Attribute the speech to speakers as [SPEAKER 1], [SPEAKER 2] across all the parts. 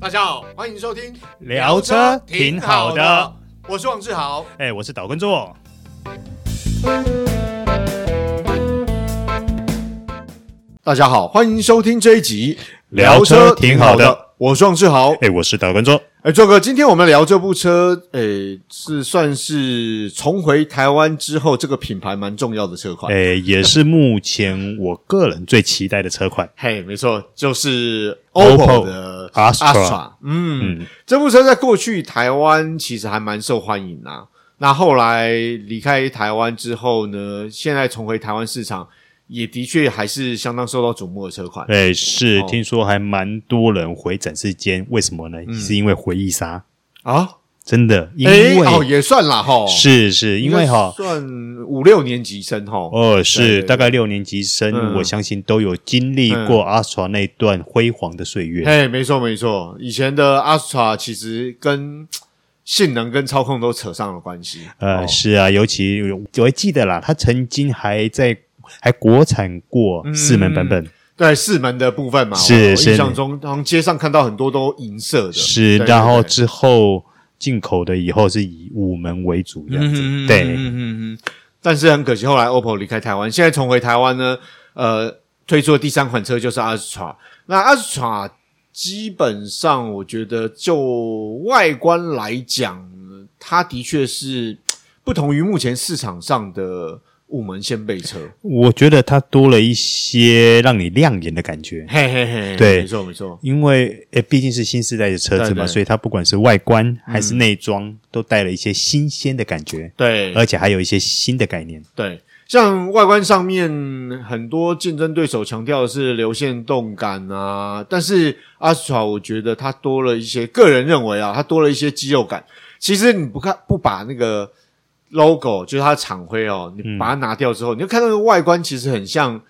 [SPEAKER 1] 大家好，欢迎收听
[SPEAKER 2] 聊车挺好的，
[SPEAKER 1] 我是王志豪。
[SPEAKER 2] 哎、我是岛根座。
[SPEAKER 1] 大家好，欢迎收听这一集
[SPEAKER 2] 聊车挺好的，
[SPEAKER 1] 我是王志豪。
[SPEAKER 2] 哎、我是岛根座。
[SPEAKER 1] 哎，周哥，今天我们聊这部车，哎，是算是重回台湾之后，这个品牌蛮重要的车款。
[SPEAKER 2] 哎、也是目前我个人最期待的车款。
[SPEAKER 1] 嘿，没错，就是
[SPEAKER 2] OPPO
[SPEAKER 1] OPPO 的
[SPEAKER 2] Astra
[SPEAKER 1] 嗯，
[SPEAKER 2] 嗯
[SPEAKER 1] 这部车在过去台湾其实还蛮受欢迎啊。那后来离开台湾之后呢，现在重回台湾市场，也的确还是相当受到瞩目的车款。
[SPEAKER 2] 哎、是、
[SPEAKER 1] 哦
[SPEAKER 2] 听说还蛮多人回展示间，为什么呢？是因为回忆杀，
[SPEAKER 1] 啊，
[SPEAKER 2] 真的，因
[SPEAKER 1] 嗯哎，
[SPEAKER 2] 为、
[SPEAKER 1] 哦，也算啦哈，
[SPEAKER 2] 是是因为哈。
[SPEAKER 1] 算五六年级生哈，
[SPEAKER 2] 哦，
[SPEAKER 1] 对对
[SPEAKER 2] 是
[SPEAKER 1] 对
[SPEAKER 2] 大概六年级生，
[SPEAKER 1] 嗯
[SPEAKER 2] 我相信都有经历过阿传那段辉煌的岁月。
[SPEAKER 1] 嘿，没错没错，以前的 Astra 其实跟性能跟操控都扯上了关系。
[SPEAKER 2] 呃，
[SPEAKER 1] 哦
[SPEAKER 2] 是啊，尤其我还记得啦，他曾经还在还国产
[SPEAKER 1] 嗯
[SPEAKER 2] 过四门版本，
[SPEAKER 1] 对四门的部分嘛，
[SPEAKER 2] 是
[SPEAKER 1] 我我
[SPEAKER 2] 是
[SPEAKER 1] 印象中好像街上看到很多都银色的，
[SPEAKER 2] 是，
[SPEAKER 1] 对
[SPEAKER 2] 然后
[SPEAKER 1] 对
[SPEAKER 2] 之后进口的以后是以五门为主这样子，
[SPEAKER 1] 嗯
[SPEAKER 2] 对，
[SPEAKER 1] 嗯嗯嗯。但是很可惜，后来 OPPO 离开台湾，现在重回台湾呢，呃，推出的第三款车就是 Astra。那 Astra 基本上，我觉得就外观来讲，呃它的确是不同于目前市场上的五门掀背车。
[SPEAKER 2] 我觉得它多了一些让你亮眼的感觉。
[SPEAKER 1] 嘿嘿嘿，
[SPEAKER 2] 对
[SPEAKER 1] 没错没错，
[SPEAKER 2] 因为诶，毕竟是新时代的车子
[SPEAKER 1] 对
[SPEAKER 2] 嘛，
[SPEAKER 1] 对
[SPEAKER 2] 所以它不管是外观还是内装，都带了一些新鲜的感觉，
[SPEAKER 1] 对
[SPEAKER 2] 而且还有一些新的概念。
[SPEAKER 1] 对，像外观上面很多竞争对手强调的是流线动感啊，但是 Astra 我觉得它多了一些，个人认为啊，它多了一些肌肉感。其实你不看不把那个 logo 就是它的厂徽哦，
[SPEAKER 2] 嗯
[SPEAKER 1] 你把它拿掉之后，你就看到那个外观其实很像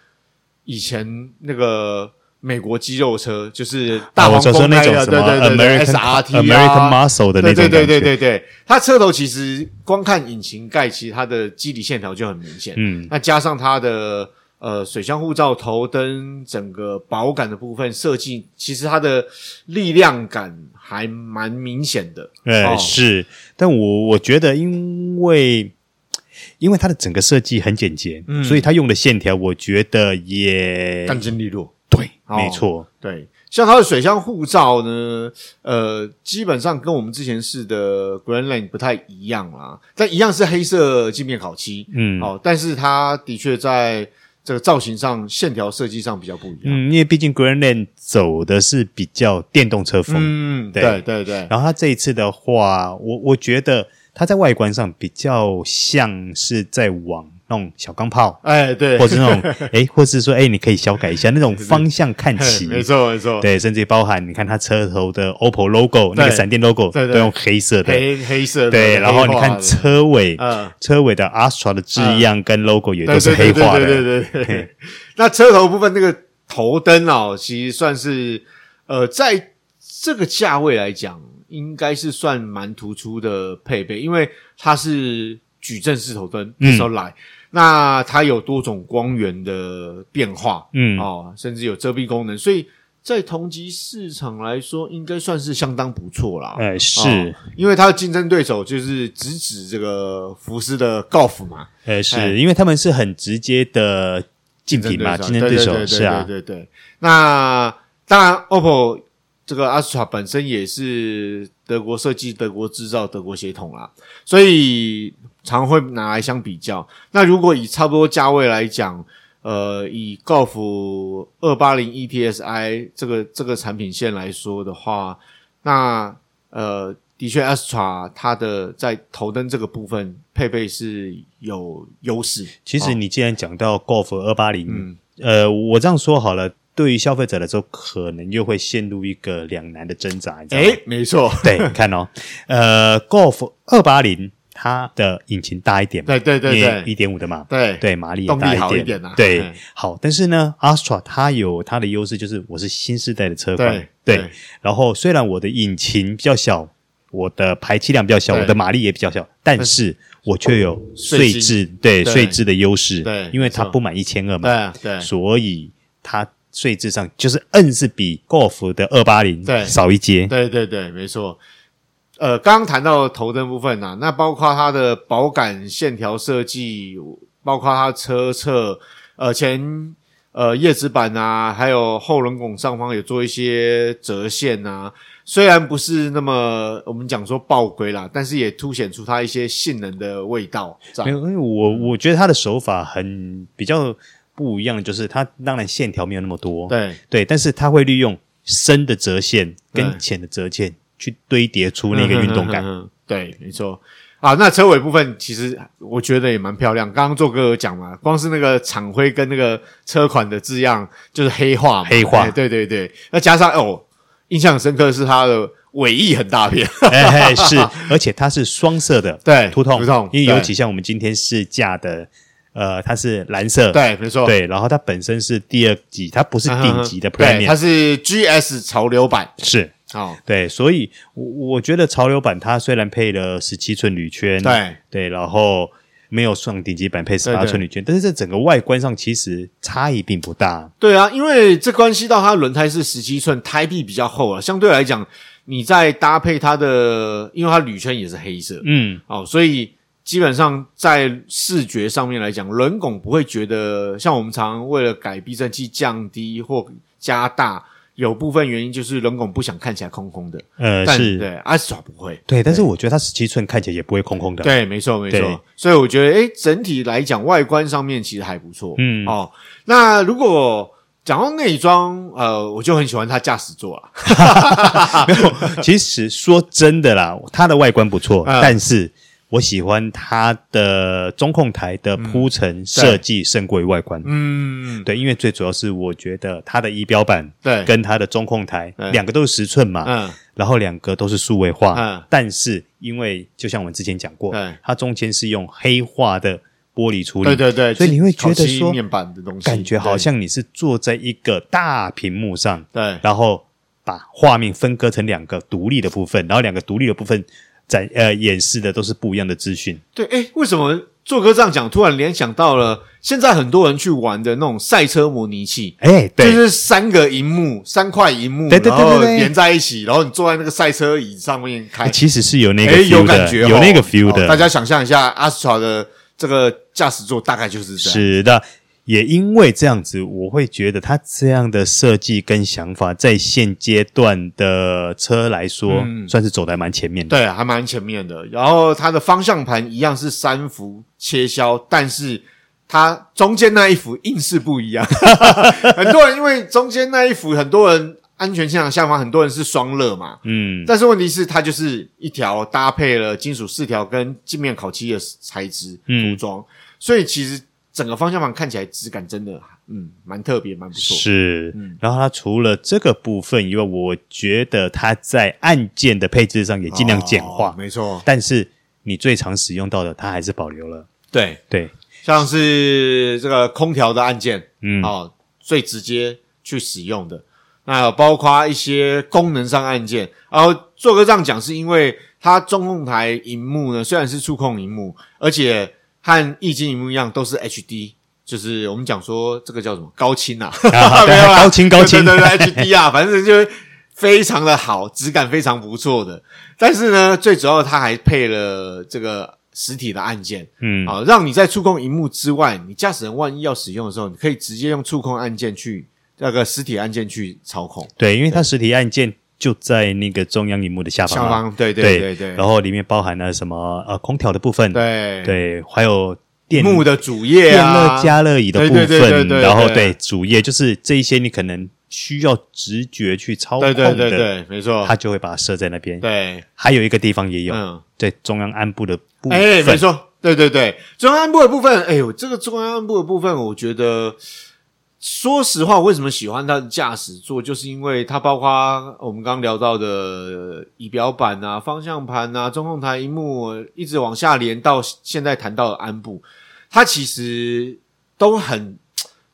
[SPEAKER 1] 以前那个。美国肌肉车就是大
[SPEAKER 2] 啊我
[SPEAKER 1] 黄
[SPEAKER 2] 就
[SPEAKER 1] 蜂
[SPEAKER 2] 说那
[SPEAKER 1] 开
[SPEAKER 2] 种
[SPEAKER 1] 的，
[SPEAKER 2] 什么
[SPEAKER 1] 对对对对
[SPEAKER 2] American
[SPEAKER 1] ，SRT 啊
[SPEAKER 2] American Muscle 的那
[SPEAKER 1] 对对
[SPEAKER 2] 种感觉，
[SPEAKER 1] 对对对对，它车头其实光看引擎盖，其实它的基底线条就很明显。
[SPEAKER 2] 嗯，
[SPEAKER 1] 那加上它的呃水箱护罩、头灯、整个保感的部分设计，其实它的力量感还蛮明显的。
[SPEAKER 2] 呃，
[SPEAKER 1] 哦
[SPEAKER 2] 是，但我我觉得，因为因为它的整个设计很简洁，
[SPEAKER 1] 嗯
[SPEAKER 2] 所以它用的线条，我觉得也
[SPEAKER 1] 干净利落。
[SPEAKER 2] 对，
[SPEAKER 1] 哦
[SPEAKER 2] 没错，
[SPEAKER 1] 对，像它的水箱护罩呢，呃，基本上跟我们之前试的 Grand Line 不太一样啦，但一样是黑色镜面烤漆，
[SPEAKER 2] 嗯，
[SPEAKER 1] 哦，但是它的确在这个造型上、线条设计上比较不一样。
[SPEAKER 2] 嗯，因为毕竟 Greenland 走的是比较电动车风，
[SPEAKER 1] 嗯，
[SPEAKER 2] 对
[SPEAKER 1] 对对对，
[SPEAKER 2] 然后它这一次的话，我我觉得它在外观上比较像是在往那种小钢炮，
[SPEAKER 1] 哎，对，
[SPEAKER 2] 或是那 种诶，或是说诶，你可以小改一下那种方向看
[SPEAKER 1] 嘿
[SPEAKER 2] 齐，
[SPEAKER 1] 没错没错，
[SPEAKER 2] 对，甚至包含你看它车头的 OPPO logo
[SPEAKER 1] 哦对
[SPEAKER 2] 那个闪电 logo
[SPEAKER 1] 对对
[SPEAKER 2] 都用黑色的，
[SPEAKER 1] 黑黑色的，
[SPEAKER 2] 对，然后
[SPEAKER 1] 黑
[SPEAKER 2] 你
[SPEAKER 1] 化
[SPEAKER 2] 看
[SPEAKER 1] 的，
[SPEAKER 2] 车尾，
[SPEAKER 1] 嗯，
[SPEAKER 2] 车尾的 Astra 的字样跟 logo 也
[SPEAKER 1] 对
[SPEAKER 2] 都是
[SPEAKER 1] 对对
[SPEAKER 2] 黑
[SPEAKER 1] 对
[SPEAKER 2] 化
[SPEAKER 1] 对对
[SPEAKER 2] 的，
[SPEAKER 1] 对对对。那车头部分那个头灯哦，其实算是呃，在这个价位来讲，应该是算蛮突出的配备，因为它是矩阵式头灯，
[SPEAKER 2] 嗯
[SPEAKER 1] 那时候来，那它有多种光源的变化，
[SPEAKER 2] 嗯，
[SPEAKER 1] 哦，甚至有遮蔽功能，所以在同级市场来说，应该算是相当不错啦。
[SPEAKER 2] 哎
[SPEAKER 1] 哦
[SPEAKER 2] 是，
[SPEAKER 1] 因为它的竞争对手就是直指这个福斯的 Golf 嘛，
[SPEAKER 2] 哎
[SPEAKER 1] 哎
[SPEAKER 2] 是因为他们是很直接的竞品嘛，竞
[SPEAKER 1] 竞争
[SPEAKER 2] 争
[SPEAKER 1] 对
[SPEAKER 2] 对
[SPEAKER 1] 手
[SPEAKER 2] 手是啊，
[SPEAKER 1] 对对对对对。那当然，OPPO 这个 Astra 本身也是德国设计、德国制造、德国血统啦，所以常会拿来相比较。那如果以差不多价位来讲，呃，以 Golf 二八零 E ETSI 这个这个产品线来说的话，那呃，的确 Astra 它的在头灯这个部分配备是有优势。
[SPEAKER 2] 其实
[SPEAKER 1] 哦嗯
[SPEAKER 2] 你既然讲到 Golf 二八零，呃，我这样说好了，对于消费者来说，可能又会陷入一个两难的挣扎，你知道吗？
[SPEAKER 1] 诶，没错，
[SPEAKER 2] 对，你看哦，呃，Golf 二八零它的引擎大一点嘛，
[SPEAKER 1] 对对对对
[SPEAKER 2] 一点五的嘛，
[SPEAKER 1] 对
[SPEAKER 2] 对，马力也
[SPEAKER 1] 动力
[SPEAKER 2] 大
[SPEAKER 1] 好一
[SPEAKER 2] 点，
[SPEAKER 1] 点啊嗯
[SPEAKER 2] 对，好。但是呢，Astra 它有它的优势，就是我是新时代的车款，
[SPEAKER 1] 对
[SPEAKER 2] 对。
[SPEAKER 1] 对
[SPEAKER 2] 然后虽然我的引擎比较小，我的排气量比较小，
[SPEAKER 1] 对
[SPEAKER 2] 我的马力也比较小，但是我却有
[SPEAKER 1] 税
[SPEAKER 2] 税
[SPEAKER 1] 金
[SPEAKER 2] 制对
[SPEAKER 1] 对
[SPEAKER 2] 税制的优势，
[SPEAKER 1] 对
[SPEAKER 2] 因为它
[SPEAKER 1] 没错
[SPEAKER 2] 不满一千二嘛，
[SPEAKER 1] 哎对对
[SPEAKER 2] 所以它税制上，就是硬是比 Golf 的二八零
[SPEAKER 1] 对
[SPEAKER 2] 少一阶。
[SPEAKER 1] 对对对，没错。呃，刚刚谈到头灯部分呐、啊那包括它的保杆线条设计，包括它车侧呃前呃叶子板啊，还有后轮拱上方有做一些折线啊。虽然不是那么我们讲说爆龟啦，但是也凸显出它一些性能的味道在
[SPEAKER 2] 没。有，因为我我觉得他的手法很比较不一样，就是他当然线条没有那么多，
[SPEAKER 1] 对
[SPEAKER 2] 对，但是他会利用深的折线
[SPEAKER 1] 对
[SPEAKER 2] 跟浅的折线去堆叠出那个运动感。
[SPEAKER 1] 嗯嗯嗯嗯 对，没错。啊，那车尾部分其实我觉得也蛮漂亮。刚刚做哥有讲嘛，光是那个厂徽跟那个车款的字样就是黑化嘛，
[SPEAKER 2] 黑化
[SPEAKER 1] 哎对对对。那加上哦，印象很深刻的是它的尾翼很大 片，
[SPEAKER 2] 哎，嘿是，而且它是双色的，
[SPEAKER 1] 嗯 对
[SPEAKER 2] 凸痛
[SPEAKER 1] 凸痛
[SPEAKER 2] 因为尤
[SPEAKER 1] 对
[SPEAKER 2] 其像我们今天试驾的，呃，它是蓝色，
[SPEAKER 1] 对，没错，
[SPEAKER 2] 对然后它本身是第二级，它不是
[SPEAKER 1] 嗯，
[SPEAKER 2] 顶级的
[SPEAKER 1] 对，它
[SPEAKER 2] premium，
[SPEAKER 1] 是 GS 潮流版，
[SPEAKER 2] 是
[SPEAKER 1] 哦，
[SPEAKER 2] 对，所以我我觉得潮流版它虽然配了十七寸铝圈，
[SPEAKER 1] 对
[SPEAKER 2] 对，然后没有上顶级版配十
[SPEAKER 1] 对
[SPEAKER 2] 八
[SPEAKER 1] 对
[SPEAKER 2] 寸铝圈，但是这整个外观上其实差异并不大，
[SPEAKER 1] 对啊，因为这关系到它轮胎是十七寸，胎壁比较厚啊，相对来讲，你再搭配它的，因为它铝圈也是黑色，
[SPEAKER 2] 嗯，
[SPEAKER 1] 哦，所以基本上在视觉上面来讲，轮拱不会觉得像我们常为了改避震器降低或加大，有部分原因就是轮拱不想看起来空空的，
[SPEAKER 2] 呃，
[SPEAKER 1] 但
[SPEAKER 2] 是，
[SPEAKER 1] 对阿斯爪不会。
[SPEAKER 2] 对，但是我觉得它十七寸看起来也不会空空的，
[SPEAKER 1] 对，没错，没
[SPEAKER 2] 对
[SPEAKER 1] 错。所以我觉得，诶，整体来讲，外观上面其实还不错。
[SPEAKER 2] 嗯
[SPEAKER 1] 哦，那如果讲到内装，呃，我就很喜欢它驾驶座啊。
[SPEAKER 2] 没有， 其实说真的啦，它的外观不错，
[SPEAKER 1] 嗯
[SPEAKER 2] 但是我喜欢它的中控台的铺陈设计胜过于外观。
[SPEAKER 1] 嗯，
[SPEAKER 2] 对，因为最主要是我觉得它的仪表板
[SPEAKER 1] 对，
[SPEAKER 2] 跟它的中控台
[SPEAKER 1] 对
[SPEAKER 2] 两个都是十寸嘛，
[SPEAKER 1] 嗯，
[SPEAKER 2] 然后两个都是数位化，
[SPEAKER 1] 嗯
[SPEAKER 2] 但是因为就像我们之前讲过
[SPEAKER 1] 对，
[SPEAKER 2] 它中间是用黑化的玻璃处理，
[SPEAKER 1] 对对对，
[SPEAKER 2] 所以你会觉
[SPEAKER 1] 烤
[SPEAKER 2] 得
[SPEAKER 1] 漆
[SPEAKER 2] 说
[SPEAKER 1] 面板的东西，
[SPEAKER 2] 感觉好
[SPEAKER 1] 对
[SPEAKER 2] 像你是坐在一个大屏幕上，
[SPEAKER 1] 对
[SPEAKER 2] 然后把画面分割成两个独立的部分，然后两个独立的部分展呃演示的都是不一样的资讯。
[SPEAKER 1] 对，哎，为什么做哥这样讲，突然联想到了现在很多人去玩的那种赛车模拟器，
[SPEAKER 2] 哎，
[SPEAKER 1] 就
[SPEAKER 2] 对，
[SPEAKER 1] 是三个荧幕、三块荧幕，
[SPEAKER 2] 对对对
[SPEAKER 1] 然后
[SPEAKER 2] 对对
[SPEAKER 1] 连在一起，然后你坐在那个赛车椅上面开，
[SPEAKER 2] 其实是有那个
[SPEAKER 1] 哎，有
[SPEAKER 2] feel
[SPEAKER 1] 感
[SPEAKER 2] 的，
[SPEAKER 1] 觉哦，
[SPEAKER 2] 那个 feel 的，
[SPEAKER 1] 哦大家想象一下，阿斯乔的这个驾驶座大概就是这样。
[SPEAKER 2] 是的。也因为这样子，我会觉得它这样的设计跟想法，在现阶段的车来说，算是走得还蛮前面的。
[SPEAKER 1] 嗯对，还蛮前面的。然后它的方向盘一样是三幅切削，但是它中间那一幅硬是不一样。 很多人因为中间那一幅，很多人安全气囊下方很多人是双乐嘛，
[SPEAKER 2] 嗯，
[SPEAKER 1] 但是问题是它就是一条搭配了金属饰条跟镜面烤漆的材质
[SPEAKER 2] 嗯
[SPEAKER 1] 涂装，所以其实整个方向盘看起来质感真的嗯蛮特别，蛮不错。嗯
[SPEAKER 2] 是。然后它除了这个部分以外，我觉得它在按键的配置上也尽量简化。
[SPEAKER 1] 哦没错，
[SPEAKER 2] 但是你最常使用到的，它还是保留了。
[SPEAKER 1] 对，
[SPEAKER 2] 对，
[SPEAKER 1] 像是这个空调的按键，
[SPEAKER 2] 嗯，
[SPEAKER 1] 哦，最直接去使用的。那有包括一些功能上按键，然后做个这样讲，是因为它中控台荧幕呢虽然是触控荧幕，而且和液晶荧幕一样都是 HD，就是我们讲说这个叫什么高清 啊，
[SPEAKER 2] 啊
[SPEAKER 1] 没有啦
[SPEAKER 2] 高清高清
[SPEAKER 1] 对对对 HD 啊，反正就是非常的好，质感非常不错的。但是呢，最主要它还配了这个实体的按键，
[SPEAKER 2] 嗯，
[SPEAKER 1] 好，让你在触控荧幕之外，你驾驶人万一要使用的时候，你可以直接用触控按键去那个实体按键去操控
[SPEAKER 2] 对，因为它实体按键就在那个中央荧幕的下方
[SPEAKER 1] 下
[SPEAKER 2] 嘛，
[SPEAKER 1] 方。对
[SPEAKER 2] 对
[SPEAKER 1] 对对
[SPEAKER 2] 然后里面包含了什么呃空调的部分，
[SPEAKER 1] 对
[SPEAKER 2] 对，还有电
[SPEAKER 1] 幕的主页
[SPEAKER 2] 电
[SPEAKER 1] 啊
[SPEAKER 2] 热，加热椅的部分，
[SPEAKER 1] 对对对对对
[SPEAKER 2] 然后
[SPEAKER 1] 对
[SPEAKER 2] 对主页就是这一些你可能需要直觉去操控
[SPEAKER 1] 对
[SPEAKER 2] 的，
[SPEAKER 1] 对对对，没错
[SPEAKER 2] 它，就会把它设在那边。
[SPEAKER 1] 对，
[SPEAKER 2] 还有一个地方也有，
[SPEAKER 1] 嗯，
[SPEAKER 2] 对中央暗部的部分，
[SPEAKER 1] 哎，没错，对对对，中央按部的部分，哎呦，这个中央按部的部分，我觉得。说实话，我为什么喜欢它的驾驶座，就是因为它包括我们刚刚聊到的仪表板啊、方向盘啊、中控台、荧幕，一直往下连到现在谈到的安部，它其实都很，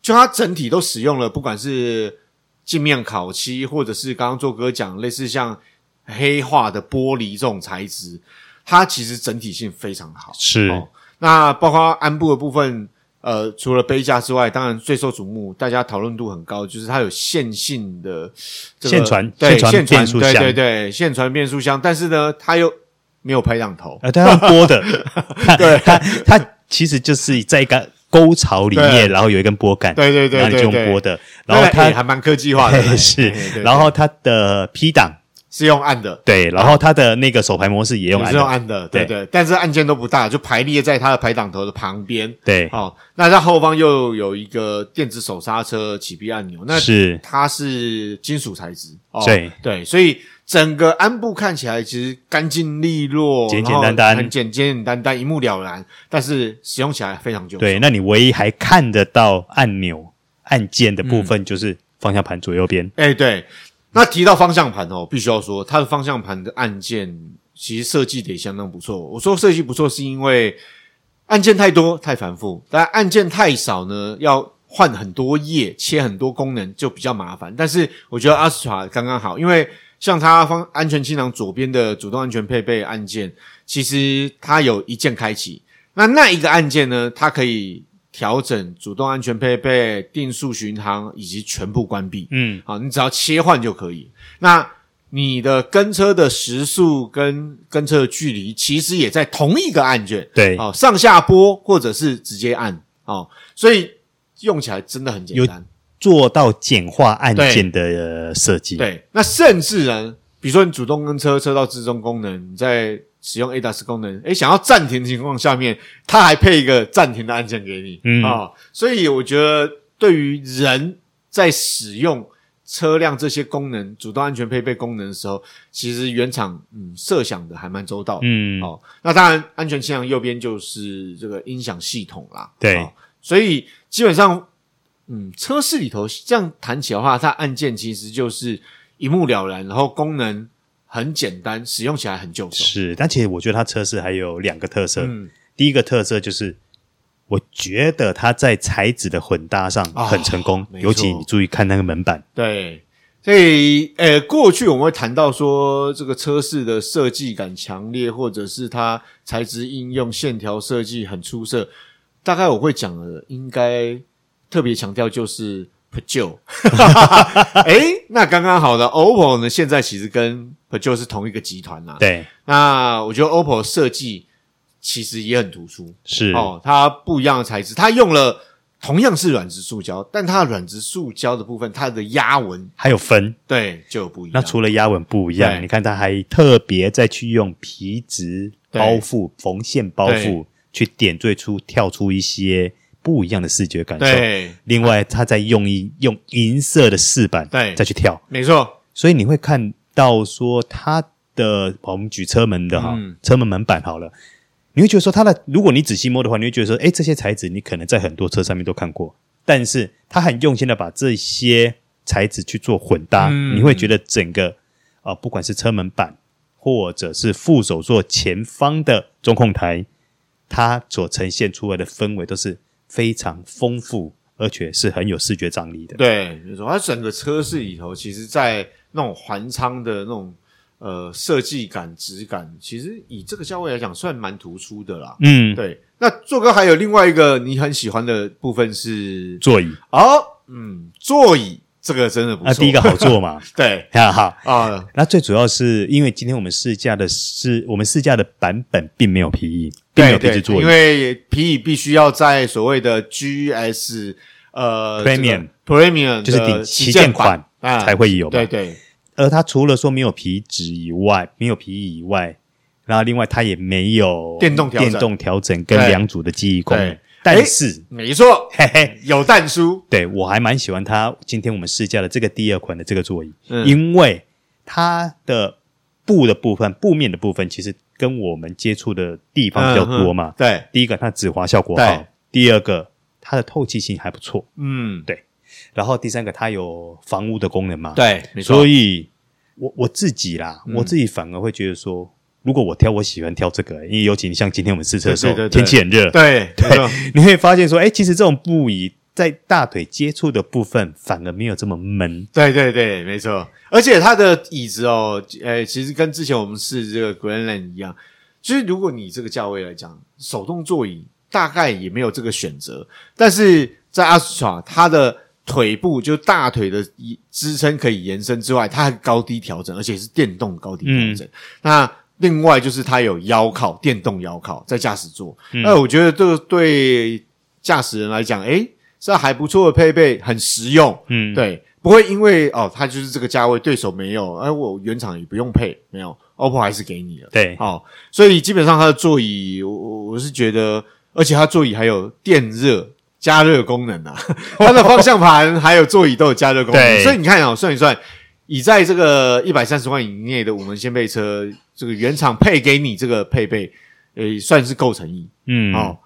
[SPEAKER 1] 就它整体都使用了，不管是镜面烤漆，或者是刚刚做哥讲类似像黑化的玻璃这种材质，它其实整体性非常好。哦
[SPEAKER 2] 是
[SPEAKER 1] 哦那包括安部的部分，呃，除了杯架之外，当然最受瞩目，大家讨论度很高，就是它有线性的、这个、
[SPEAKER 2] 线传
[SPEAKER 1] 对
[SPEAKER 2] 线传
[SPEAKER 1] 线
[SPEAKER 2] 变速箱
[SPEAKER 1] 对对对，线传变速箱，但是呢，它又没有排档头，
[SPEAKER 2] 呃，他用拨的，对，它它其实就是在一个沟槽里面，
[SPEAKER 1] 对
[SPEAKER 2] 然后有一根拨杆，
[SPEAKER 1] 对对对
[SPEAKER 2] 然后你就
[SPEAKER 1] 对
[SPEAKER 2] 用
[SPEAKER 1] 对
[SPEAKER 2] 拨的，然后
[SPEAKER 1] 哎
[SPEAKER 2] 它
[SPEAKER 1] 还蛮科技化的，哎哎
[SPEAKER 2] 是，
[SPEAKER 1] 对
[SPEAKER 2] 然后它的 P 档
[SPEAKER 1] 是用按的。
[SPEAKER 2] 对，然后它的那个手排模式也用
[SPEAKER 1] 也
[SPEAKER 2] 按
[SPEAKER 1] 是用
[SPEAKER 2] 的，
[SPEAKER 1] 按的，对
[SPEAKER 2] 对
[SPEAKER 1] 对，但是按键都不大，就排列在它的排档头的旁边。
[SPEAKER 2] 对，
[SPEAKER 1] 哦，那它后方又有一个电子手刹车启闭按钮，那
[SPEAKER 2] 是
[SPEAKER 1] 它是金属材质，哦、
[SPEAKER 2] 对
[SPEAKER 1] 对，所以整个鞍部看起来其实干净利落，
[SPEAKER 2] 简简
[SPEAKER 1] 然后
[SPEAKER 2] 单单
[SPEAKER 1] 很简简简单单，一目了然。但是使用起来非常久，
[SPEAKER 2] 对，那你唯一还看得到按钮按键的部分就是方向盘左右边，
[SPEAKER 1] 哎、对。那提到方向盘哦，必须要说它的方向盘的按键其实设计得相当不错。我说设计不错，是因为按键太多太繁复，但按键太少呢，要换很多页、切很多功能就比较麻烦。但是我觉得阿斯卡刚刚好，因为像它方安全气囊左边的主动安全配备按键，其实它有一键开启，那那一个按键呢，它可以调整主动安全配备、定速巡航以及全部关闭。
[SPEAKER 2] 嗯，
[SPEAKER 1] 好，你只要切换就可以。那你的跟车的时速跟跟车的距离，其实也在同一个按键，
[SPEAKER 2] 对，
[SPEAKER 1] 哦，上下拨或者是直接按哦，所以用起来真的很简单。
[SPEAKER 2] 做到简化按键的呃设计，
[SPEAKER 1] 对，那甚至呢，比如说你主动跟车车道之中功能，你在使用 ADAS 功能，诶，想要暂停的情况下面，它还配一个暂停的按键给你，
[SPEAKER 2] 嗯
[SPEAKER 1] 哦，所以我觉得对于人在使用车辆这些功能、主动安全配备功能的时候，其实原厂嗯设想的还蛮周到的，
[SPEAKER 2] 嗯，
[SPEAKER 1] 哦，那当然，安全气囊右边就是这个音响系统啦。
[SPEAKER 2] 对
[SPEAKER 1] 哦所以基本上，嗯，车市里头这样谈起来的话，它按键其实就是一目了然，然后功能很简单，使用起来很就手。
[SPEAKER 2] 是，但其实我觉得它车市还有两个特色，
[SPEAKER 1] 嗯，
[SPEAKER 2] 第一个特色就是，我觉得它在材质的混搭上很成功，
[SPEAKER 1] 啊没错
[SPEAKER 2] 尤其你注意看那个门板，
[SPEAKER 1] 对。所以，呃，过去我们会谈到说，这个车市的设计感强烈，或者是它材质应用、线条设计很出色。大概我会讲的，应该特别强调就是 Peugeot。诶，那刚刚好的 OPPO 呢，现在其实跟 Peugeot 是同一个集团啦、
[SPEAKER 2] 对，
[SPEAKER 1] 那我觉得 OPPO 设计其实也很突出，
[SPEAKER 2] 是，
[SPEAKER 1] 哦，它不一样的材质，它用了同样是软质塑胶，但它的软质塑胶的部分，它的压纹
[SPEAKER 2] 还有分。
[SPEAKER 1] 对就有不一
[SPEAKER 2] 那
[SPEAKER 1] 样。
[SPEAKER 2] 除了压纹不一样，
[SPEAKER 1] 对
[SPEAKER 2] 你看它还特别再去用皮质包覆、缝线包覆去点缀出跳出一些不一样的视觉感受。
[SPEAKER 1] 对，
[SPEAKER 2] 另外，它再用一用银色的饰板
[SPEAKER 1] 对
[SPEAKER 2] 再去跳，
[SPEAKER 1] 没错，
[SPEAKER 2] 所以你会看到说它的，好我们举车门的哈，
[SPEAKER 1] 嗯
[SPEAKER 2] 车门门板好了，你会觉得说它的，如果你仔细摸的话，你会觉得说，哎，这些材质你可能在很多车上面都看过，但是它很用心的把这些材质去做混搭，
[SPEAKER 1] 嗯
[SPEAKER 2] 你会觉得整个啊、呃不管是车门板或者是副手座前方的中控台，它所呈现出来的氛围都是非常丰富，而且是很有视觉张力的。
[SPEAKER 1] 对，没错。它整个车室里头，其实，在那种环舱的那种呃设计感、质感，其实以这个价位来讲，算蛮突出的啦。
[SPEAKER 2] 嗯，
[SPEAKER 1] 对，那做哥还有另外一个你很喜欢的部分是
[SPEAKER 2] 座椅
[SPEAKER 1] 哦，嗯，座椅这个真的不错。
[SPEAKER 2] 啊，第一个好坐嘛，
[SPEAKER 1] 对
[SPEAKER 2] 哈哈。
[SPEAKER 1] 啊，
[SPEAKER 2] 那最主要是因为今天我们试驾的是我们试驾的版本并没有皮椅，并
[SPEAKER 1] 对
[SPEAKER 2] 没有皮质
[SPEAKER 1] 对
[SPEAKER 2] 座椅
[SPEAKER 1] 因，为皮椅必须要在所谓的 GS 呃
[SPEAKER 2] Premium
[SPEAKER 1] 这个 Premium
[SPEAKER 2] 就是
[SPEAKER 1] 的
[SPEAKER 2] 顶
[SPEAKER 1] 旗
[SPEAKER 2] 旗舰
[SPEAKER 1] 款啊
[SPEAKER 2] 款才会有嘛
[SPEAKER 1] 对对
[SPEAKER 2] 而它除了说没有皮质以外，没有皮椅以外，然后另外它也没有
[SPEAKER 1] 电动调整
[SPEAKER 2] 电动调整跟
[SPEAKER 1] 对
[SPEAKER 2] 两组的记忆功能
[SPEAKER 1] 对。
[SPEAKER 2] 但是，
[SPEAKER 1] 没错，
[SPEAKER 2] 嘿嘿，
[SPEAKER 1] 有蛋叔，
[SPEAKER 2] 对我还蛮喜欢它今天我们试驾的这个第二款的这个座椅，
[SPEAKER 1] 嗯
[SPEAKER 2] 因为它的布的部分、布面的部分，其实跟我们接触的地方比较多嘛。
[SPEAKER 1] 嗯嗯对，
[SPEAKER 2] 第一个它的止滑效果
[SPEAKER 1] 对
[SPEAKER 2] 好，第二个它的透气性还不错，
[SPEAKER 1] 嗯，
[SPEAKER 2] 然后第三个它有防污的功能嘛，，
[SPEAKER 1] 对，没错嗯
[SPEAKER 2] 所，以我我自己啦，我自己反而会觉得说，如果我挑，我喜欢挑这个，因为尤其像今天我们试车的时候，
[SPEAKER 1] 对对对
[SPEAKER 2] 天气很热，
[SPEAKER 1] 对没错
[SPEAKER 2] 你会发现说，哎，其实这种布椅在大腿接触的部分反而没有这么闷，
[SPEAKER 1] 对对对，没错。而且它的椅子哦，呃，其实跟之前我们试这个 Greenland 一样，就是如果你这个价位来讲，手动座椅大概也没有这个选择。但是在阿斯查，他的腿部就大腿的一支撑可以延伸之外，它还高低调整，而且是电动高低调整。那另外就是它有腰靠，电动腰靠在驾驶座。那我觉得这个对驾驶人来讲，诶，是还不错的配备，很实用。
[SPEAKER 2] 嗯，
[SPEAKER 1] 对，不会因为哦，它就是这个价位，对手没有，哎、我原厂也不用配，没有，OPPO 还是给你了。
[SPEAKER 2] 对，
[SPEAKER 1] 好、所以基本上它的座椅，我我我是觉得，而且它座椅还有电热加热功能啊， 它的方向盘还有座椅都有加热功能，
[SPEAKER 2] 对
[SPEAKER 1] 所以你看哦，算一算，以在这个一百三十万以内的五门掀背车，这个原厂配给你这个配备，呃，算是够诚意。
[SPEAKER 2] 嗯，
[SPEAKER 1] 哦，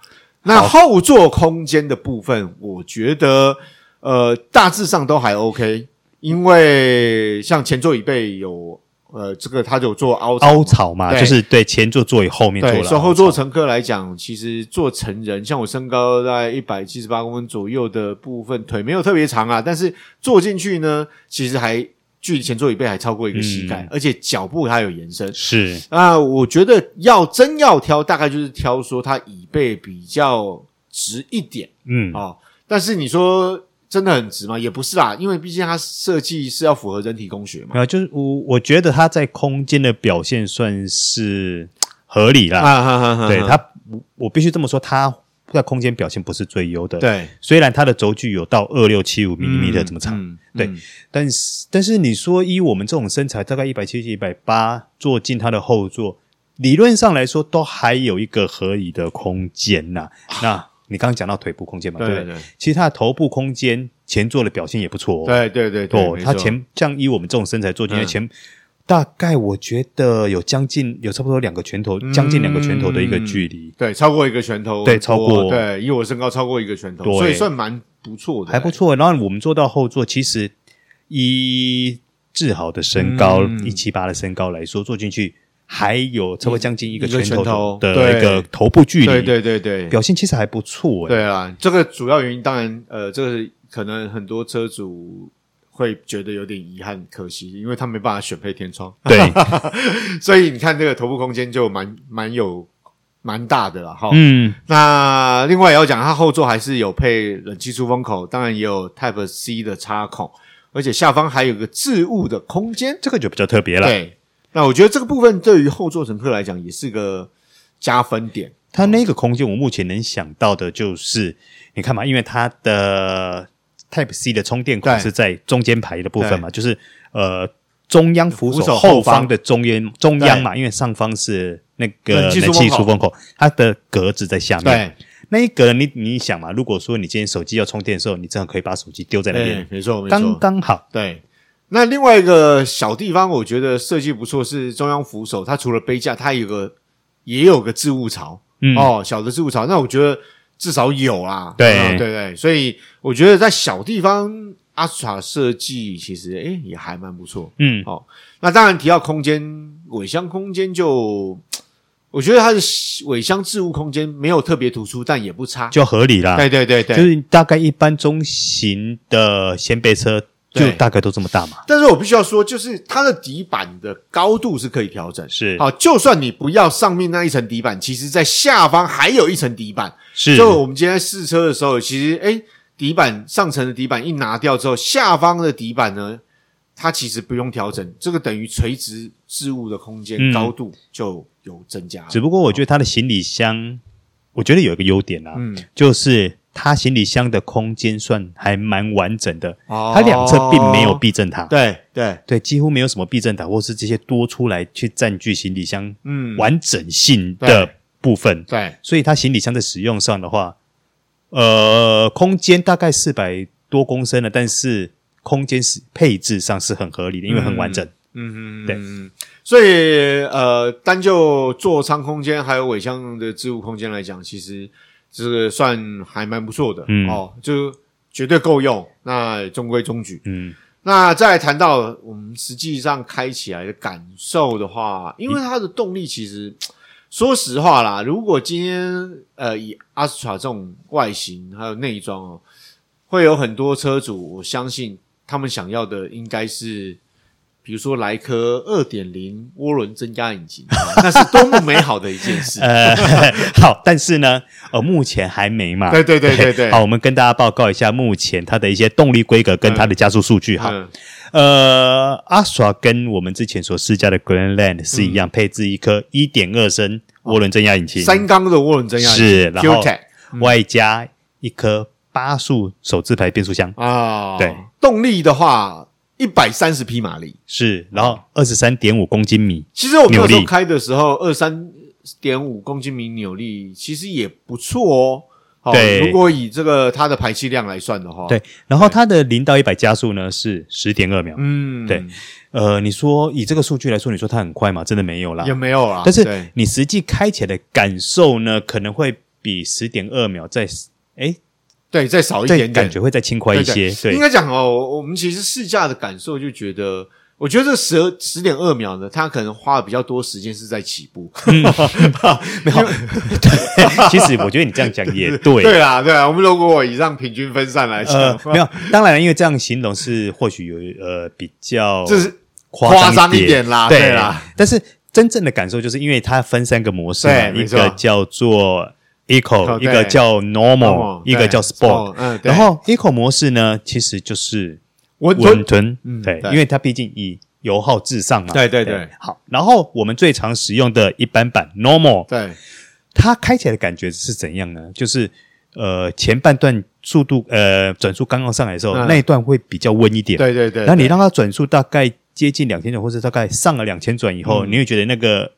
[SPEAKER 1] 那后座空间的部分，我觉得呃大致上都还 OK，因为像前座椅背有呃这个它有做凹槽嘛
[SPEAKER 2] 凹槽嘛，
[SPEAKER 1] 对
[SPEAKER 2] 就是对前座座椅后面做
[SPEAKER 1] 对，
[SPEAKER 2] 了
[SPEAKER 1] 所以
[SPEAKER 2] 凹
[SPEAKER 1] 后座
[SPEAKER 2] 槽
[SPEAKER 1] 乘客来讲，其实做成人，像我身高在一百七十八公分左右的部分，腿没有特别长啊，但是坐进去呢，其实还距前座椅背还超过一个膝
[SPEAKER 2] 嗯
[SPEAKER 1] 盖，而且脚步它有延伸，
[SPEAKER 2] 是
[SPEAKER 1] 那啊我觉得要真要挑，大概就是挑说它椅背比较直一点
[SPEAKER 2] 嗯
[SPEAKER 1] 哦。但是你说真的很直吗？也不是啦，因为毕竟它设计是要符合人体工学嘛。
[SPEAKER 2] 没有，就是我我觉得它在空间的表现算是合理啦。
[SPEAKER 1] 啊哈哈哈
[SPEAKER 2] 对它，我我必须这么说，它在空间表现不是最优的。，
[SPEAKER 1] 对
[SPEAKER 2] 虽然它的轴距有到二六七五毫米的这么长，
[SPEAKER 1] 嗯
[SPEAKER 2] 对但是但是你说以我们这种身材，大概一百七十、一百八，坐进它的后座，理论上来说都还有一个合理的空间呐、那你刚刚讲到腿部空间嘛，对
[SPEAKER 1] 对
[SPEAKER 2] 不对？
[SPEAKER 1] 啊对
[SPEAKER 2] 其实它的头部空间，前座的表现也不错哦。
[SPEAKER 1] 对对对
[SPEAKER 2] 哦
[SPEAKER 1] 对，，
[SPEAKER 2] 它
[SPEAKER 1] 没错
[SPEAKER 2] 前像以我们这种身材坐进去
[SPEAKER 1] 嗯
[SPEAKER 2] 前，大概我觉得有将近有差不多两个拳头，将近两个拳头的一个距离，
[SPEAKER 1] 对超过一个拳头多，
[SPEAKER 2] 对超过
[SPEAKER 1] 对，以我身高超过一个拳头，
[SPEAKER 2] 对
[SPEAKER 1] 所以算蛮不错的，
[SPEAKER 2] 还不错。然后我们坐到后座，其实以志豪的身高
[SPEAKER 1] 嗯
[SPEAKER 2] 一七八的身高来说，坐进去还有差不多将近一个
[SPEAKER 1] 一个
[SPEAKER 2] 拳
[SPEAKER 1] 拳头
[SPEAKER 2] 头的
[SPEAKER 1] 对
[SPEAKER 2] 一个头部距
[SPEAKER 1] 对。
[SPEAKER 2] 离，
[SPEAKER 1] 对对对对，
[SPEAKER 2] 表现其实还不错、欸。
[SPEAKER 1] 对啊，这个主要原因当然，呃，这个可能很多车主会觉得有点遗憾、可惜，因为他没办法选配天窗，
[SPEAKER 2] 对，
[SPEAKER 1] 所以你看这个头部空间就蛮蛮有蛮大的了哈。
[SPEAKER 2] 嗯，
[SPEAKER 1] 那另外也要讲，它后座还是有配冷气出风口，当然也有 Type C 的插孔，而且下方还有个置物的空间。
[SPEAKER 2] 这个就比较特别了。
[SPEAKER 1] 对，那我觉得这个部分对于后座乘客来讲也是个加分点。
[SPEAKER 2] 它那个空间，我目前能想到的就是，你看嘛，因为它的 Type C 的充电孔
[SPEAKER 1] 对
[SPEAKER 2] 是在中间排的部分嘛，就是呃中央扶
[SPEAKER 1] 扶手
[SPEAKER 2] 手
[SPEAKER 1] 后
[SPEAKER 2] 后
[SPEAKER 1] 方
[SPEAKER 2] 方的中央中央嘛，因为上方是那个
[SPEAKER 1] 冷气出
[SPEAKER 2] 冷
[SPEAKER 1] 风
[SPEAKER 2] 气
[SPEAKER 1] 口
[SPEAKER 2] 出风口，它的格子在下面。
[SPEAKER 1] 对，
[SPEAKER 2] 那一格你你想嘛，如果说你今天手机要充电的时候，你正好可以把手机丢在那
[SPEAKER 1] 对
[SPEAKER 2] 边，，
[SPEAKER 1] 哎没错，没错，
[SPEAKER 2] 刚刚好。
[SPEAKER 1] 对，那另外一个小地方，我觉得设计不错，是中央扶手，它除了杯架，它有个也有个置物槽、
[SPEAKER 2] 嗯，
[SPEAKER 1] 哦，小的置物槽。那我觉得至少有啦，
[SPEAKER 2] 对
[SPEAKER 1] 嗯对对，所以我觉得在小地方，阿斯塔设计其实诶也还蛮不错。
[SPEAKER 2] 嗯，
[SPEAKER 1] 那当然提到空间，尾箱空间就。我觉得它的尾箱置物空间没有特别突出，但也不差。
[SPEAKER 2] 就合理啦。
[SPEAKER 1] 对对对对，
[SPEAKER 2] 就是大概一般中型的掀背车就
[SPEAKER 1] 对
[SPEAKER 2] 大概都这么大嘛。
[SPEAKER 1] 但是我必须要说，就是它的底板的高度是可以调整，
[SPEAKER 2] 是
[SPEAKER 1] 好，就算你不要上面那一层底板，其实在下方还有一层底板。
[SPEAKER 2] 是，
[SPEAKER 1] 就我们今天试车的时候，其实诶，底板上层的底板一拿掉之后，下方的底板呢，它其实不用调整，这个等于垂直置物的空间、
[SPEAKER 2] 嗯
[SPEAKER 1] 高度就有增加了。
[SPEAKER 2] 只不过我觉得它的行李箱，我觉得有一个优点啊，
[SPEAKER 1] 嗯，
[SPEAKER 2] 就是它行李箱的空间算还蛮完整的，
[SPEAKER 1] 哦
[SPEAKER 2] 它两侧并没有避震塔，
[SPEAKER 1] 对对，
[SPEAKER 2] 对，几乎没有什么避震塔或是这些多出来去占据行李箱
[SPEAKER 1] 嗯，
[SPEAKER 2] 完整性的部分，
[SPEAKER 1] 对
[SPEAKER 2] 所以它行李箱在使用上的话，呃，空间大概四百多公升了，但是空间是配置上是很合理的，因为很完整。
[SPEAKER 1] 嗯嗯，
[SPEAKER 2] 对
[SPEAKER 1] 对。所以呃，单就座舱空间还有尾箱的置物空间来讲，其实这个算还蛮不错的、
[SPEAKER 2] 嗯
[SPEAKER 1] 哦，就绝对够用，那中规中矩。
[SPEAKER 2] 嗯，
[SPEAKER 1] 那再来谈到我们实际上开起来的感受的话，因为它的动力其实。说实话啦，如果今天呃以 Astra 这种外形还有内装哦，会有很多车主，我相信他们想要的应该是比如说来一颗二点零涡轮增压引擎， 那是多么美好的一件事。
[SPEAKER 2] 呃，好，但是呢，呃，目前还没 嘛。
[SPEAKER 1] 对对对对对
[SPEAKER 2] 好，我们跟大家报告一下目前它的一些动力规格跟它的加速数据。好，
[SPEAKER 1] 嗯
[SPEAKER 2] 呃，阿耍跟我们之前所试驾的 Greenland 是一样，配置一颗1.2升涡轮增压引擎，
[SPEAKER 1] 嗯哦三缸的涡轮增压引擎
[SPEAKER 2] 是，然后
[SPEAKER 1] Q-Tech
[SPEAKER 2] 外加一颗八速手自排变速箱，
[SPEAKER 1] 啊，
[SPEAKER 2] 对，
[SPEAKER 1] 动力的话一百三十匹马力。
[SPEAKER 2] 是，然后二十三点五公斤米，
[SPEAKER 1] 其实我们那时
[SPEAKER 2] 扭
[SPEAKER 1] 候
[SPEAKER 2] 力
[SPEAKER 1] 开的时候，二三点五公斤米扭力其实也不错哦。好
[SPEAKER 2] 对
[SPEAKER 1] 如果以这个它的排气量来算的话，，
[SPEAKER 2] 对，然后它的零到一百加速呢是十点二秒，
[SPEAKER 1] 嗯，
[SPEAKER 2] 对，呃，你说以这个数据来说，你说它很快吗？真的没有啦
[SPEAKER 1] 也，没有啦。
[SPEAKER 2] 但是
[SPEAKER 1] 对
[SPEAKER 2] 你实际开起来的感受呢，可能会比十点二秒再哎
[SPEAKER 1] 对，再少一
[SPEAKER 2] 再
[SPEAKER 1] 点
[SPEAKER 2] 感
[SPEAKER 1] 点，
[SPEAKER 2] 觉会再轻快一些，对
[SPEAKER 1] 应，该讲哦，我我们其实试驾的感受就觉得。我觉得这十十点二秒呢，它可能花了比较多时间是在起步。
[SPEAKER 2] 没有， 其实我觉得你这样讲也 对，
[SPEAKER 1] 对啦，对啊啦，我们如果以上平均分散来讲，
[SPEAKER 2] 呃，没有，当然，因为这样形容是或许有呃比较
[SPEAKER 1] 这是
[SPEAKER 2] 夸
[SPEAKER 1] 夸张
[SPEAKER 2] 哦一
[SPEAKER 1] 一点啦
[SPEAKER 2] 对
[SPEAKER 1] 对啦。
[SPEAKER 2] 但是真正的感受就是，因为它分三个模式嘛，
[SPEAKER 1] 对没
[SPEAKER 2] 一
[SPEAKER 1] 错
[SPEAKER 2] 个叫做
[SPEAKER 1] 哦
[SPEAKER 2] eco，一
[SPEAKER 1] 对
[SPEAKER 2] 个叫
[SPEAKER 1] normal，
[SPEAKER 2] normal，一个
[SPEAKER 1] 对
[SPEAKER 2] 叫 sport
[SPEAKER 1] sport，。嗯对
[SPEAKER 2] 然后 eco 模式呢，其实就是
[SPEAKER 1] 温吞
[SPEAKER 2] 温吞，
[SPEAKER 1] 嗯
[SPEAKER 2] 对，
[SPEAKER 1] 对
[SPEAKER 2] 因为它毕竟以油耗至上嘛。
[SPEAKER 1] 对对对。
[SPEAKER 2] 好，然后我们最常使用的一般版 normal，
[SPEAKER 1] 对，
[SPEAKER 2] 它开起来的感觉是怎样呢？就是呃前半段速度呃转速刚刚上来的时候，
[SPEAKER 1] 嗯
[SPEAKER 2] 那一段会比较温一点。
[SPEAKER 1] 对对对。
[SPEAKER 2] 然后你让它转速大概接近两千转，或者大概上了两千转以后，
[SPEAKER 1] 嗯
[SPEAKER 2] 你会觉得那个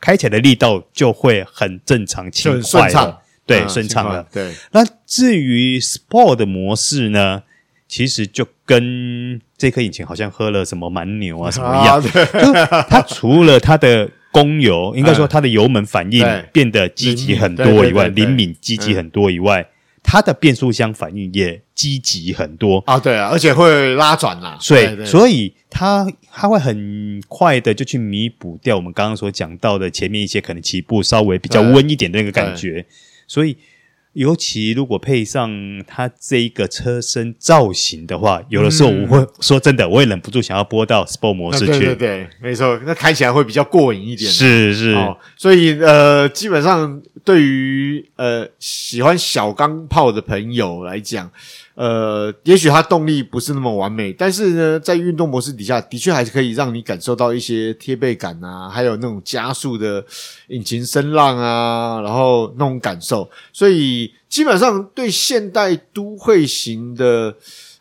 [SPEAKER 2] 开起来的力道就会很正常、
[SPEAKER 1] 就
[SPEAKER 2] 轻
[SPEAKER 1] 很顺
[SPEAKER 2] 快
[SPEAKER 1] 畅
[SPEAKER 2] 了，，对，
[SPEAKER 1] 嗯
[SPEAKER 2] 顺畅了。。
[SPEAKER 1] 轻快对，
[SPEAKER 2] 那至于 Sport 的模式呢，其实就跟这颗引擎好像喝了什么蛮牛啊什么一样，
[SPEAKER 1] 啊对
[SPEAKER 2] 就是它除了它的供油，应该说它的油门反应
[SPEAKER 1] 对
[SPEAKER 2] 变得积极很多以外，
[SPEAKER 1] 灵敏对对对对
[SPEAKER 2] 灵敏积极很多以外，它的变速箱反应也积极很多。
[SPEAKER 1] 啊，对啊，而且会拉转啦，
[SPEAKER 2] 所
[SPEAKER 1] 对
[SPEAKER 2] 以，
[SPEAKER 1] 对
[SPEAKER 2] 所以它它会很快的就去弥补掉我们刚刚所讲到的前面一些可能起步稍微比较
[SPEAKER 1] 对
[SPEAKER 2] 温一点的那个感觉。所以，尤其如果配上它这一个车身造型的话，有的时候我会、说真的，我也忍不住想要播到 Sport 模
[SPEAKER 1] 啊嗯
[SPEAKER 2] 式
[SPEAKER 1] 对
[SPEAKER 2] 去。
[SPEAKER 1] 对对，没错，那开起来会比较过瘾一点，
[SPEAKER 2] 是是、
[SPEAKER 1] 哦，所以呃，基本上对于呃喜欢小钢炮的朋友来讲，呃，也许它动力不是那么完美，但是呢，在运动模式底下，的确还是可以让你感受到一些贴背感啊，还有那种加速的引擎声浪啊，然后那种感受。所以基本上对现代都会型的。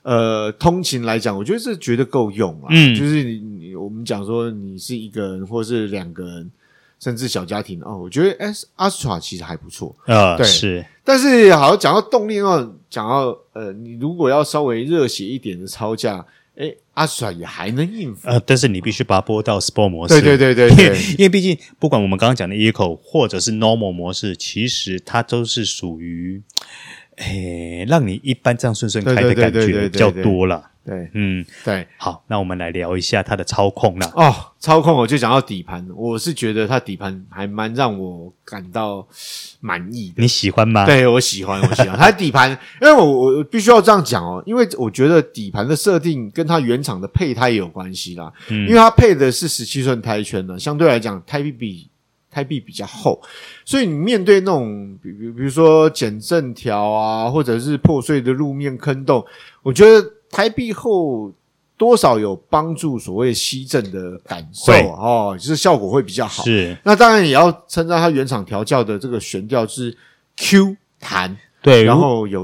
[SPEAKER 1] 呃，通勤来讲，我觉得这绝对够用啊。
[SPEAKER 2] 嗯
[SPEAKER 1] 就是你你我们讲说你是一个人或是两个人，甚至小家庭哦，我觉得 S Astra 其实还不错。
[SPEAKER 2] 呃
[SPEAKER 1] 对
[SPEAKER 2] 是
[SPEAKER 1] 但是好像讲到动力的话，讲到呃，你如果要稍微热血一点的超价，哎，Astra 也还能应付。
[SPEAKER 2] 呃，但是你必须把它播到 Sport 模式。
[SPEAKER 1] 对对对对
[SPEAKER 2] 因为
[SPEAKER 1] 对，
[SPEAKER 2] 因为毕竟不管我们刚刚讲的 eco 或者是 normal 模式，其实它都是属于，诶，让你一般这样顺顺开的
[SPEAKER 1] 对对对
[SPEAKER 2] 感
[SPEAKER 1] 对
[SPEAKER 2] 觉
[SPEAKER 1] 对对
[SPEAKER 2] 比较多啦。
[SPEAKER 1] 对
[SPEAKER 2] 嗯，
[SPEAKER 1] 对
[SPEAKER 2] 好，那我们来聊一下它的操控啦。
[SPEAKER 1] 哦，操控我就讲到底盘，我是觉得它底盘还蛮让我感到满意的。
[SPEAKER 2] 你喜欢吗？，
[SPEAKER 1] 对，我喜欢，我喜 欢它底盘，因为我我我必须要这样讲哦，因为我觉得底盘的设定跟它原厂的配胎也有关系啦，
[SPEAKER 2] 嗯
[SPEAKER 1] 因为它配的是十七寸胎圈呢，相对来讲胎壁比胎壁比较厚，所以你面对那种比比比如说减震条啊，或者是破碎的路面坑洞，我觉得胎壁厚。多少有帮助所谓吸震的感受
[SPEAKER 2] 会
[SPEAKER 1] 哦，就是效果会比较好。
[SPEAKER 2] 是，
[SPEAKER 1] 那当然也要称赞它原厂调教的这个悬吊是 Q 弹，
[SPEAKER 2] 对，
[SPEAKER 1] 然
[SPEAKER 2] 如
[SPEAKER 1] 后有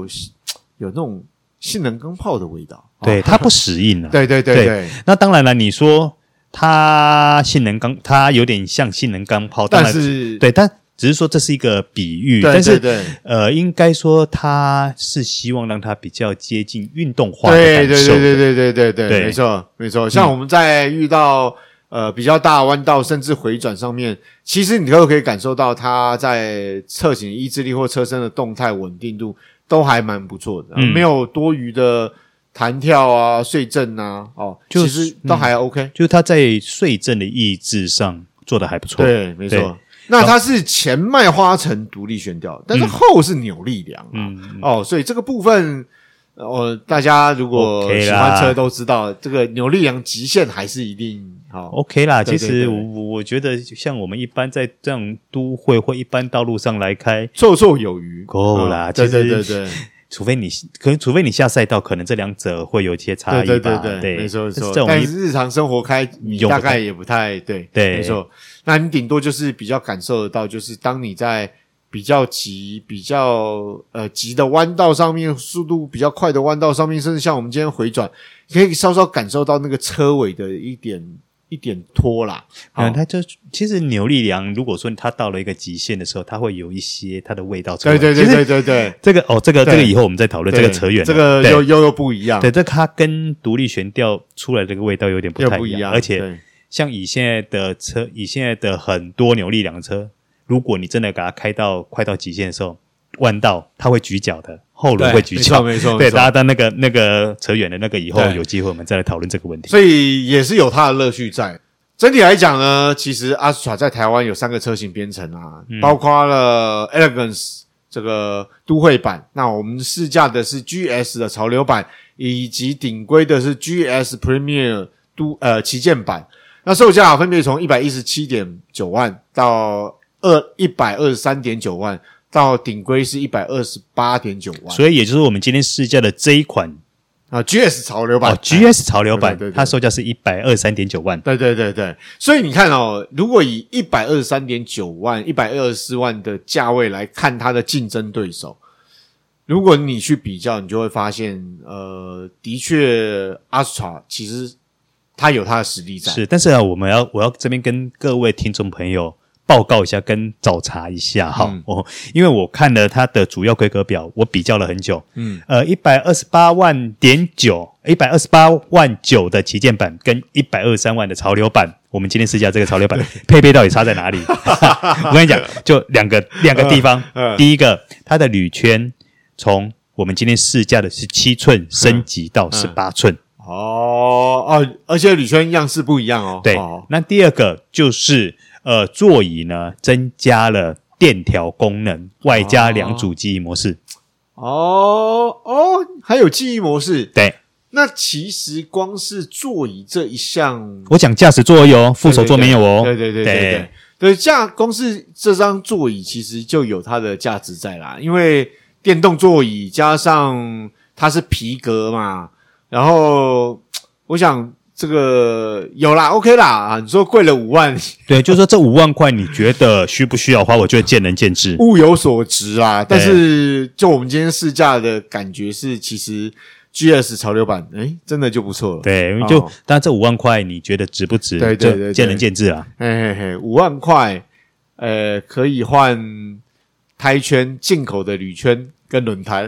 [SPEAKER 1] 有那种性能钢炮的味道。
[SPEAKER 2] 对
[SPEAKER 1] 哦
[SPEAKER 2] 它不适应啊。
[SPEAKER 1] 对对对
[SPEAKER 2] 对
[SPEAKER 1] 对，
[SPEAKER 2] 那当然了，你说它性能钢，它有点像性能钢炮，当
[SPEAKER 1] 但
[SPEAKER 2] 然
[SPEAKER 1] 是
[SPEAKER 2] 对，但只是说这是一个比喻，
[SPEAKER 1] 对
[SPEAKER 2] 但是
[SPEAKER 1] 对对
[SPEAKER 2] 呃，应该说他是希望让它比较接近运动化的
[SPEAKER 1] 对对
[SPEAKER 2] 感受。
[SPEAKER 1] 对对对对对
[SPEAKER 2] 对嗯
[SPEAKER 1] 对，没错没错。像我们在遇到呃比较大的弯道甚至回转上面，其实你都可以感受到它在侧倾意志力或车身的动态稳定度都还蛮不错的，啊
[SPEAKER 2] 嗯
[SPEAKER 1] 没有多余的弹跳啊、碎震啊，哦，
[SPEAKER 2] 就
[SPEAKER 1] 其
[SPEAKER 2] 是嗯
[SPEAKER 1] 实都还 OK。
[SPEAKER 2] 就是他在税政的意志上做的还不错。
[SPEAKER 1] 对，没
[SPEAKER 2] 对
[SPEAKER 1] 错。那它是前麦花臣独立悬吊，但是后是扭力梁啊、
[SPEAKER 2] 嗯，
[SPEAKER 1] 哦，所以这个部分哦，大家如果
[SPEAKER 2] OK
[SPEAKER 1] 喜
[SPEAKER 2] 啦
[SPEAKER 1] 欢车都知道，这个扭力梁极限还是一定好。
[SPEAKER 2] OK 啦，
[SPEAKER 1] 对对
[SPEAKER 2] 其实
[SPEAKER 1] 对
[SPEAKER 2] 我我我觉得，像我们一般在这种都会或一般道路上来开，
[SPEAKER 1] 绰绰有余，
[SPEAKER 2] 够啦
[SPEAKER 1] 啊对
[SPEAKER 2] 其实
[SPEAKER 1] 对对对，
[SPEAKER 2] 除非你可能除非你下赛道，可能这两者会有一些差
[SPEAKER 1] 对
[SPEAKER 2] 异
[SPEAKER 1] 对
[SPEAKER 2] 吧。
[SPEAKER 1] 对
[SPEAKER 2] 对，
[SPEAKER 1] 没错没
[SPEAKER 2] 但是
[SPEAKER 1] 错
[SPEAKER 2] 这。种
[SPEAKER 1] 但
[SPEAKER 2] 一
[SPEAKER 1] 是日常生活开，你
[SPEAKER 2] 用不
[SPEAKER 1] 大
[SPEAKER 2] 太
[SPEAKER 1] 概也不太对，
[SPEAKER 2] 对
[SPEAKER 1] 没错。那你顶多就是比较感受得到，就是当你在比较急、比较呃急的弯道上面，速度比较快的弯道上面，甚至像我们今天回转，可以稍稍感受到那个车尾的一点一点拖啦。好
[SPEAKER 2] 嗯，它就其实扭力梁，如果说它到了一个极限的时候，它会有一些它的味道出来。
[SPEAKER 1] 对对对
[SPEAKER 2] 其实
[SPEAKER 1] 对对对，
[SPEAKER 2] 这个哦，这个
[SPEAKER 1] 对
[SPEAKER 2] 这个以后我们再讨论，这
[SPEAKER 1] 对
[SPEAKER 2] 个扯远了。
[SPEAKER 1] 这个
[SPEAKER 2] 对
[SPEAKER 1] 又又又不一样，
[SPEAKER 2] 对，这它跟独立悬吊出来的这个味道有点不
[SPEAKER 1] 又
[SPEAKER 2] 太
[SPEAKER 1] 不一样，
[SPEAKER 2] 而且
[SPEAKER 1] 对
[SPEAKER 2] 像以现在的车，以现在的很多扭力两车，如果你真的给它开到快到极限的时候，弯道它会举脚的，后轮
[SPEAKER 1] 对
[SPEAKER 2] 会举
[SPEAKER 1] 没
[SPEAKER 2] 脚
[SPEAKER 1] 错，没错，
[SPEAKER 2] 对，
[SPEAKER 1] 没错
[SPEAKER 2] 大家当那个那个扯远了，那个以后
[SPEAKER 1] 对
[SPEAKER 2] 有机会我们再来讨论这个问题。
[SPEAKER 1] 所以也是有它的乐趣在。整体来讲呢，其实阿斯 a 在台湾有三个车型编程啊，
[SPEAKER 2] 嗯
[SPEAKER 1] 包括了 Elegance 这个都会版，那我们试驾的是 GS 的潮流版，以及顶规的是 GS Premier 都呃旗舰版。那售价分别从一百一十七点九万到二一百二十三点九万，到顶规是一百二十八点九万。
[SPEAKER 2] 所以也就是我们今天试驾的这一款
[SPEAKER 1] 啊，GS 潮流版、
[SPEAKER 2] 哦，GS 潮流版
[SPEAKER 1] 对对，对
[SPEAKER 2] 它售价是一百二三点九万。
[SPEAKER 1] 对对对对，所以你看哦，如果以一百二十三点九万、一百二十四万的价位来看它的竞争对手，如果你去比较，你就会发现，呃，的确，Astra 其实它有它的实力在。
[SPEAKER 2] 是，但是啊，我们要我要这边跟各位听众朋友报告一下，跟找茬一下哈、
[SPEAKER 1] 嗯
[SPEAKER 2] 哦，因为我看了它的主要规格表，我比较了很久，嗯，呃，一百二十八万点九，一百二十八万九的旗舰版跟一百二十三万的潮流版。我们今天试驾这个潮流版配备到底差在 哪里？我跟你讲，就两个两个地方。
[SPEAKER 1] 嗯嗯
[SPEAKER 2] 第一个，它的铝圈从我们今天试驾的是七寸升级
[SPEAKER 1] 嗯
[SPEAKER 2] 到十八寸，
[SPEAKER 1] 哦哦，而且铝圈样式不一样哦。
[SPEAKER 2] 对，
[SPEAKER 1] 哦、
[SPEAKER 2] 那第二个就是呃，座椅呢增加了电调功能，外
[SPEAKER 1] 啊
[SPEAKER 2] 加两组记忆模式。
[SPEAKER 1] 哦哦，还有记忆模式。
[SPEAKER 2] 对
[SPEAKER 1] 那其实光是座椅这一项，
[SPEAKER 2] 我讲驾驶座有哦，副手座没有哦。
[SPEAKER 1] 对对对对对对，对驾光是这张座椅其实就有它的价值在啦，因为电动座椅加上它是皮革嘛，然后我想这个有啦，OK 啦，啊你说贵了五万，
[SPEAKER 2] 对就是说这五万块你觉得需不需要花？我觉得见仁见智。
[SPEAKER 1] 物有所值啊。
[SPEAKER 2] 对
[SPEAKER 1] 但是就我们今天试驾的感觉是，其实 GS 潮流版，诶，真的就不错了。
[SPEAKER 2] 对，因为
[SPEAKER 1] 哦
[SPEAKER 2] 就当然这五万块你觉得值不值？
[SPEAKER 1] 对对对
[SPEAKER 2] 就
[SPEAKER 1] 对
[SPEAKER 2] 见仁见智啦。
[SPEAKER 1] 嘿嘿嘿，五万块，呃，可以换胎圈、进口的铝圈跟轮 胎。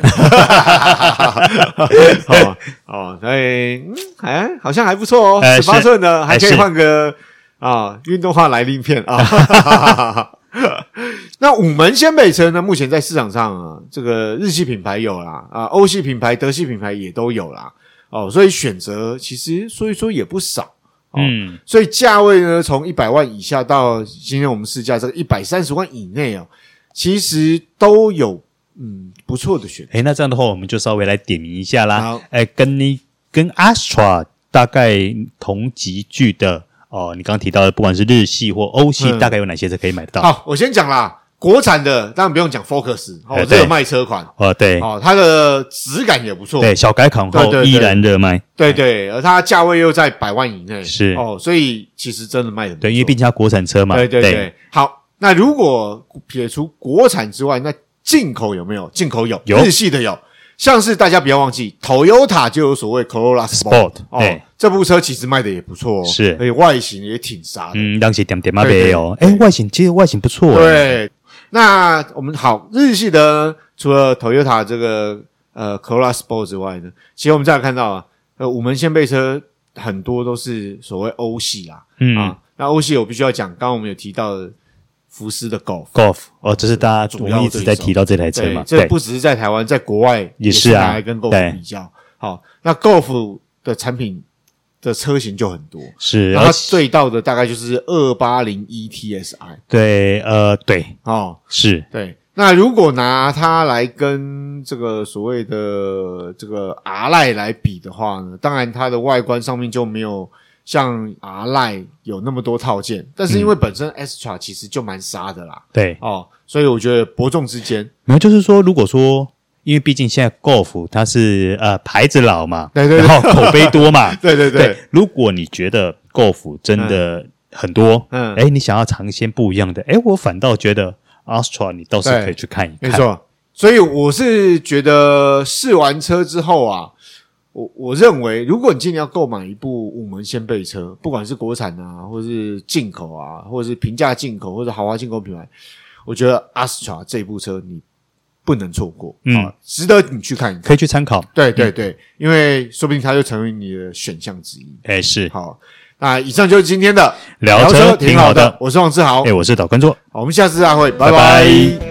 [SPEAKER 1] 哦 哦，所以嗯，哎，好像还不错哦，
[SPEAKER 2] 呃
[SPEAKER 1] 十八
[SPEAKER 2] 是
[SPEAKER 1] 寸的还可以
[SPEAKER 2] 是
[SPEAKER 1] 换个啊运动化来鳞片啊。 那五门掀背车呢？目前在市场上啊，这个日系品牌有啦，啊，欧系品牌、德系品牌也都有啦。哦，所以选择其实所以说也不少。哦
[SPEAKER 2] 嗯，
[SPEAKER 1] 所以价位呢，从一百万以下到今天我们试驾这个一百三十万以内哦，其实都有嗯不错的选择。
[SPEAKER 2] 诶，那这样的话，我们就稍微来点名一下啦
[SPEAKER 1] 好。
[SPEAKER 2] 诶，跟你跟 Astra 大概同级距的哦，你刚刚提到的，不管是日系或欧系，
[SPEAKER 1] 嗯
[SPEAKER 2] 大概有哪些是可以买得到？
[SPEAKER 1] 好，我先讲啦，国产的当然不用讲 Focus
[SPEAKER 2] 哎
[SPEAKER 1] 哦，这
[SPEAKER 2] 对
[SPEAKER 1] 有卖车款
[SPEAKER 2] 哦，对
[SPEAKER 1] 哦，它的质感也不错，
[SPEAKER 2] 对，小改款
[SPEAKER 1] 对
[SPEAKER 2] 后
[SPEAKER 1] 对对
[SPEAKER 2] 依然热卖，
[SPEAKER 1] 对对，而它价位又在百万以内，
[SPEAKER 2] 是
[SPEAKER 1] 哦，所以其实真的卖的
[SPEAKER 2] 对，因为毕竟它国产车嘛，
[SPEAKER 1] 对对对。好，那如果撇除国产之外，那进口有没有？进口有，
[SPEAKER 2] 有
[SPEAKER 1] 日系的有，像是大家不要忘记，Toyota 就有所谓 Corolla Sport，,
[SPEAKER 2] Sport，
[SPEAKER 1] 哦
[SPEAKER 2] 对，
[SPEAKER 1] 这部车其实卖的也不错、哦，
[SPEAKER 2] 哎是
[SPEAKER 1] 而且外形也挺杀的。
[SPEAKER 2] 嗯，当时点点嘛
[SPEAKER 1] 对对
[SPEAKER 2] 没有，哎，外形其实外形不错，，
[SPEAKER 1] 对，那我们好，日系的除了 Toyota 这个呃 Corolla Sport 之外呢，其实我们再来看到啊，呃，五门掀背车很多都是所谓欧系啦，
[SPEAKER 2] 嗯
[SPEAKER 1] 啊，那欧系我必须要讲，刚刚我们有提到的福斯的 Golf。
[SPEAKER 2] ，Golf 哦，这是大家
[SPEAKER 1] 主
[SPEAKER 2] 我
[SPEAKER 1] 要
[SPEAKER 2] 们一直
[SPEAKER 1] 对
[SPEAKER 2] 在
[SPEAKER 1] 手
[SPEAKER 2] 提到这台车
[SPEAKER 1] 对，
[SPEAKER 2] 嘛，
[SPEAKER 1] 这
[SPEAKER 2] 对，
[SPEAKER 1] 不只是在台湾，在国外
[SPEAKER 2] 也是
[SPEAKER 1] 是
[SPEAKER 2] 啊
[SPEAKER 1] 拿来跟
[SPEAKER 2] 对
[SPEAKER 1] Golf 比较。好，那 Golf 的产品的车型就很多，
[SPEAKER 2] 是，
[SPEAKER 1] 然后
[SPEAKER 2] 而
[SPEAKER 1] 它
[SPEAKER 2] 且
[SPEAKER 1] 最到的大概就是二八零 E T S I
[SPEAKER 2] 对，呃，对，
[SPEAKER 1] 哦，
[SPEAKER 2] 是，
[SPEAKER 1] 对。那如果拿它来跟这个所谓的这个阿赖来比的话呢，当然它的外观上面就没有像阿赖有那么多套件，但是因为本身 Astra 其实就蛮杀的啦，
[SPEAKER 2] 对，
[SPEAKER 1] 哦，所以我觉得伯仲之间，
[SPEAKER 2] 没有就是说，如果说因为毕竟现在 Golf 它是呃牌子老嘛，
[SPEAKER 1] 对对对
[SPEAKER 2] 然后口碑多嘛，
[SPEAKER 1] 对对对，
[SPEAKER 2] 如果你觉得 Golf 真的很多，
[SPEAKER 1] 嗯
[SPEAKER 2] 哎、你想要尝鲜不一样的，哎，我反倒觉得 Astra 你倒是可以去看一
[SPEAKER 1] 没
[SPEAKER 2] 看，
[SPEAKER 1] 错，所以我是觉得试完车之后啊，我我认为，如果你今年要购买一部五门掀背车，不管是国产啊，或是进口啊，或是平价进口，或者豪华进口品牌，我觉得 Astra 这部车你不能错过，
[SPEAKER 2] 嗯
[SPEAKER 1] 啊，值得你去看一看。
[SPEAKER 2] 可以去嗯参考。
[SPEAKER 1] 对对对，因为说不定它就成为你的选项之一。
[SPEAKER 2] 哎，是
[SPEAKER 1] 好，那以上就是今天的
[SPEAKER 2] 聊车挺好的
[SPEAKER 1] 我是王志豪
[SPEAKER 2] 哎，，我是导观众。
[SPEAKER 1] 好我们下次再会，拜
[SPEAKER 2] 拜拜
[SPEAKER 1] 拜